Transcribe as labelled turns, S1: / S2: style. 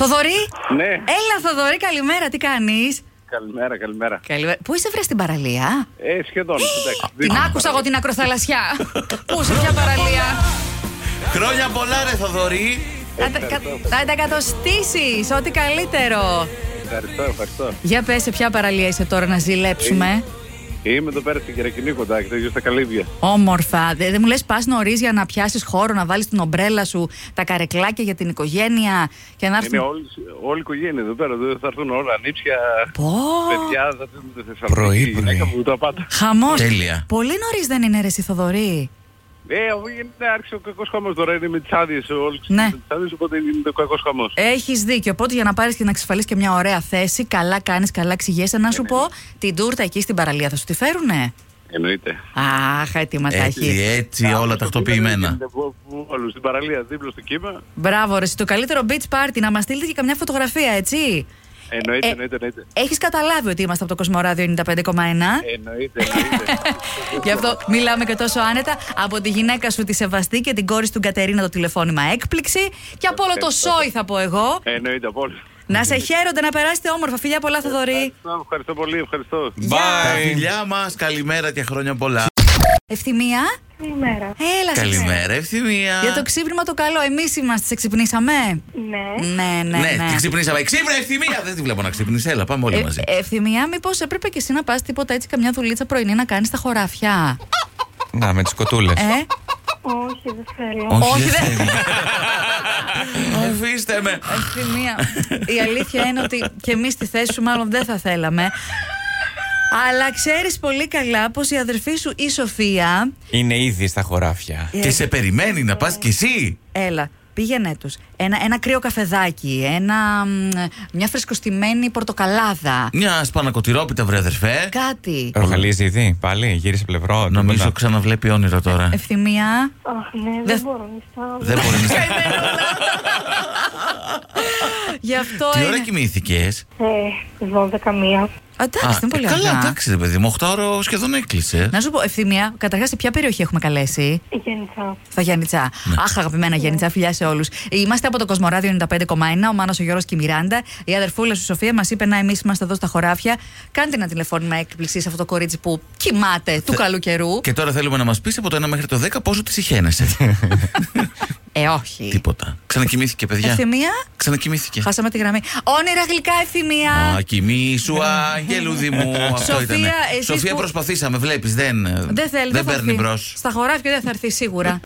S1: Θοδωρή!
S2: Ναι.
S1: Έλα, Θοδωρή, καλημέρα, τι κάνεις.
S2: Καλημέρα, καλημέρα.
S1: Καλημέρα. Πού είσαι βρε στην παραλία,
S2: Ε, σχεδόν. εντάξει.
S1: Την άκουσα εγώ την ακροθαλασσιά. Πού σε ποια παραλία.
S3: Χρόνια πολλά, ρε Θοδωρή.
S1: Θα τα- κα- Θα τα εκατοστήσει, ό,τι καλύτερο.
S2: Ευχαριστώ, ευχαριστώ.
S1: Για πες σε ποια παραλία είσαι τώρα να
S2: Ε.
S1: ζηλέψουμε.
S2: Είμαι εδώ πέρα στην Κυριακινή κοντά, κοιτάξτε στα καλύβια.
S1: Όμορφα. Δε- Δεν μου λες, πας νωρίς για να πιάσεις χώρο, να βάλεις την ομπρέλα σου, τα καρεκλάκια για την οικογένεια και να έρθουν.
S2: Είναι όλη, όλη η οικογένεια εδώ πέρα. εδώ θα έρθουν όλα. Ανήψια,
S1: Πω.
S2: παιδιά, θα έρθουν στη
S3: Πρωί,
S2: Θεσσαλονίκη. Γυναίκα
S3: πρωί.
S2: μου τα πάντα.
S1: Χαμός.
S3: Τέλεια.
S1: Πολύ νωρίς δεν είναι ρε, εσύ, Θοδωρή.
S2: Ε, ο- είναι άρχισε ο κακός χαμός τώρα. Είναι με τις άδειες όλοι
S1: Ναι. Ε.
S2: με τις άδειες, οπότε είναι ο κακός χαμός.
S1: Έχεις δίκιο. Οπότε για να πάρεις και να εξασφαλίσεις και μια ωραία θέση, καλά κάνεις, καλά εξηγέσαι. Να σου πω την τούρτα εκεί στην παραλία θα σου τη φέρουνε.
S2: Εννοείται.
S1: Αχ, έτοιμα τα
S3: Έτσι,
S1: έχει.
S3: έτσι, όλα τακτοποιημένα.
S2: Όλους στην παραλία, δίπλα στο κύμα.
S1: Μπράβο, ρε. εσύ, Το καλύτερο beach party να μας στείλετε και καμιά φωτογραφία, έτσι. Ε.
S2: Εννοείται, εννοείται, εννοείται.
S1: Έχεις καταλάβει ότι είμαστε από το Κοσμοράδιο 95,1.
S2: Ε, Εννοείται, εννοείται.
S1: Γι' αυτό μιλάμε και τόσο άνετα. Από τη γυναίκα σου τη Σεβαστή και την κόρη του Κατερίνα το τηλεφώνημα έκπληξη. Και από όλο το σόι θα πω εγώ.
S2: Εννοείται από όλους.
S1: Να σε χαίρονται, να περάσετε όμορφα. Φιλιά πολλά, Θοδωρή.
S2: Ευχαριστώ, Ευχαριστώ πολύ, ευχαριστώ.
S3: Τα φιλιά μας, καλημέρα και χρόνια πολλά.
S1: Ευθυμία.
S4: Καλημέρα.
S1: Έλα, σε ξέρω.
S3: Καλημέρα, ευθυμία.
S1: Για το ξύπνημα το καλό, εμείς είμαστε, σε ξυπνήσαμε.
S4: Ναι.
S1: Ναι, ναι, ναι.
S3: Ναι, την ξυπνήσαμε. Ξύπνα, ευθυμία! Δεν τη βλέπω να ξυπνήσει. Έλα, πάμε όλοι
S1: Ε,
S3: μαζί.
S1: ε, ευθυμία, μήπως έπρεπε και εσύ να πας τίποτα έτσι, καμιά δουλίτσα πρωινή να κάνεις στα χωράφια.
S5: Να, με τις κοτούλες.
S1: Ε,
S4: Όχι, δεν θέλω.
S1: όχι, δεν-
S3: θέλω. Αφήστε με.
S1: ευθυμία. Η αλήθεια είναι ότι και εμείς στη θέση σου μάλλον δεν θα θέλαμε. Αλλά ξέρεις πολύ καλά πως η αδερφή σου η Σοφία.
S5: Είναι ήδη στα χωράφια.
S1: ε,
S3: Και σε περιμένει να πας κι εσύ.
S1: Έλα, πήγαινε τους. Ένα, ένα κρύο καφεδάκι, ένα, μ, μια φρεσκοστημένη πορτοκαλάδα.
S3: Μια σπανακοτηρόπιτα, βρε αδερφέ.
S1: Κάτι.
S5: Ροχαλίζει ήδη, πάλι, γύρισε πλευρό.
S3: Νομίζω
S5: τίποτα.
S3: ξαναβλέπει όνειρα τώρα.
S1: Ε, Ευθυμία.
S4: Αχ, ναι,
S1: Δεν-
S4: δεν μπορώ. Μισά.
S3: Δεν μπορεί να.
S1: Γι' αυτό
S3: Τι ώρα
S1: είναι.
S3: κοιμήθηκες.
S4: Ε, 12 μία.
S1: Α, Εντάξει, είναι πολύ
S3: καλά,
S1: αργά.
S3: εντάξει, ρε παιδί μου, 8 ώρα σχεδόν έκλεισε.
S1: Να σου πω, ευθυμία, καταρχάς σε ποια περιοχή έχουμε καλέσει.
S4: Γενικά.
S1: Στα Γιάννητσά.
S3: Ναι.
S1: Αχ, αγαπημένα Γιάννητσά, φιλιά σε όλους. Είμαστε από το Κοσμοράδιο 95,1, ο Μάνος, ο Γιώργος και η Μιράντα. Η αδερφούλα σου Σοφία μας είπε να εμείς είμαστε εδώ στα χωράφια. Κάντε ένα τηλεφώνημα έκπληξη σε αυτό το κορίτσι που κοιμάται του καλού καιρού.
S3: Και τώρα θέλουμε να μας πεις από το 1 μέχρι το 10 πόσο της συχαίνεσαι.
S1: Ε, όχι.
S3: Τίποτα. Ξανακοιμήθηκε, παιδιά. Ε.
S1: Ευθυμία,
S3: Ξανακοιμήθηκε.
S1: χάσαμε τη γραμμή. Όνειρα γλυκά, ευθυμία.
S3: Α, κοιμήσου, αγγελούδη μου. Αυτό
S1: Σοφία,
S3: ήταν.
S1: εσείς
S3: Σοφία,
S1: που-
S3: προσπαθήσαμε, βλέπεις. Δεν,
S1: Δεν θέλει,
S3: δεν
S1: θα
S3: παίρνει
S1: έρθει.
S3: μπρος.
S1: Στα χωράφια δεν θα έρθει σίγουρα.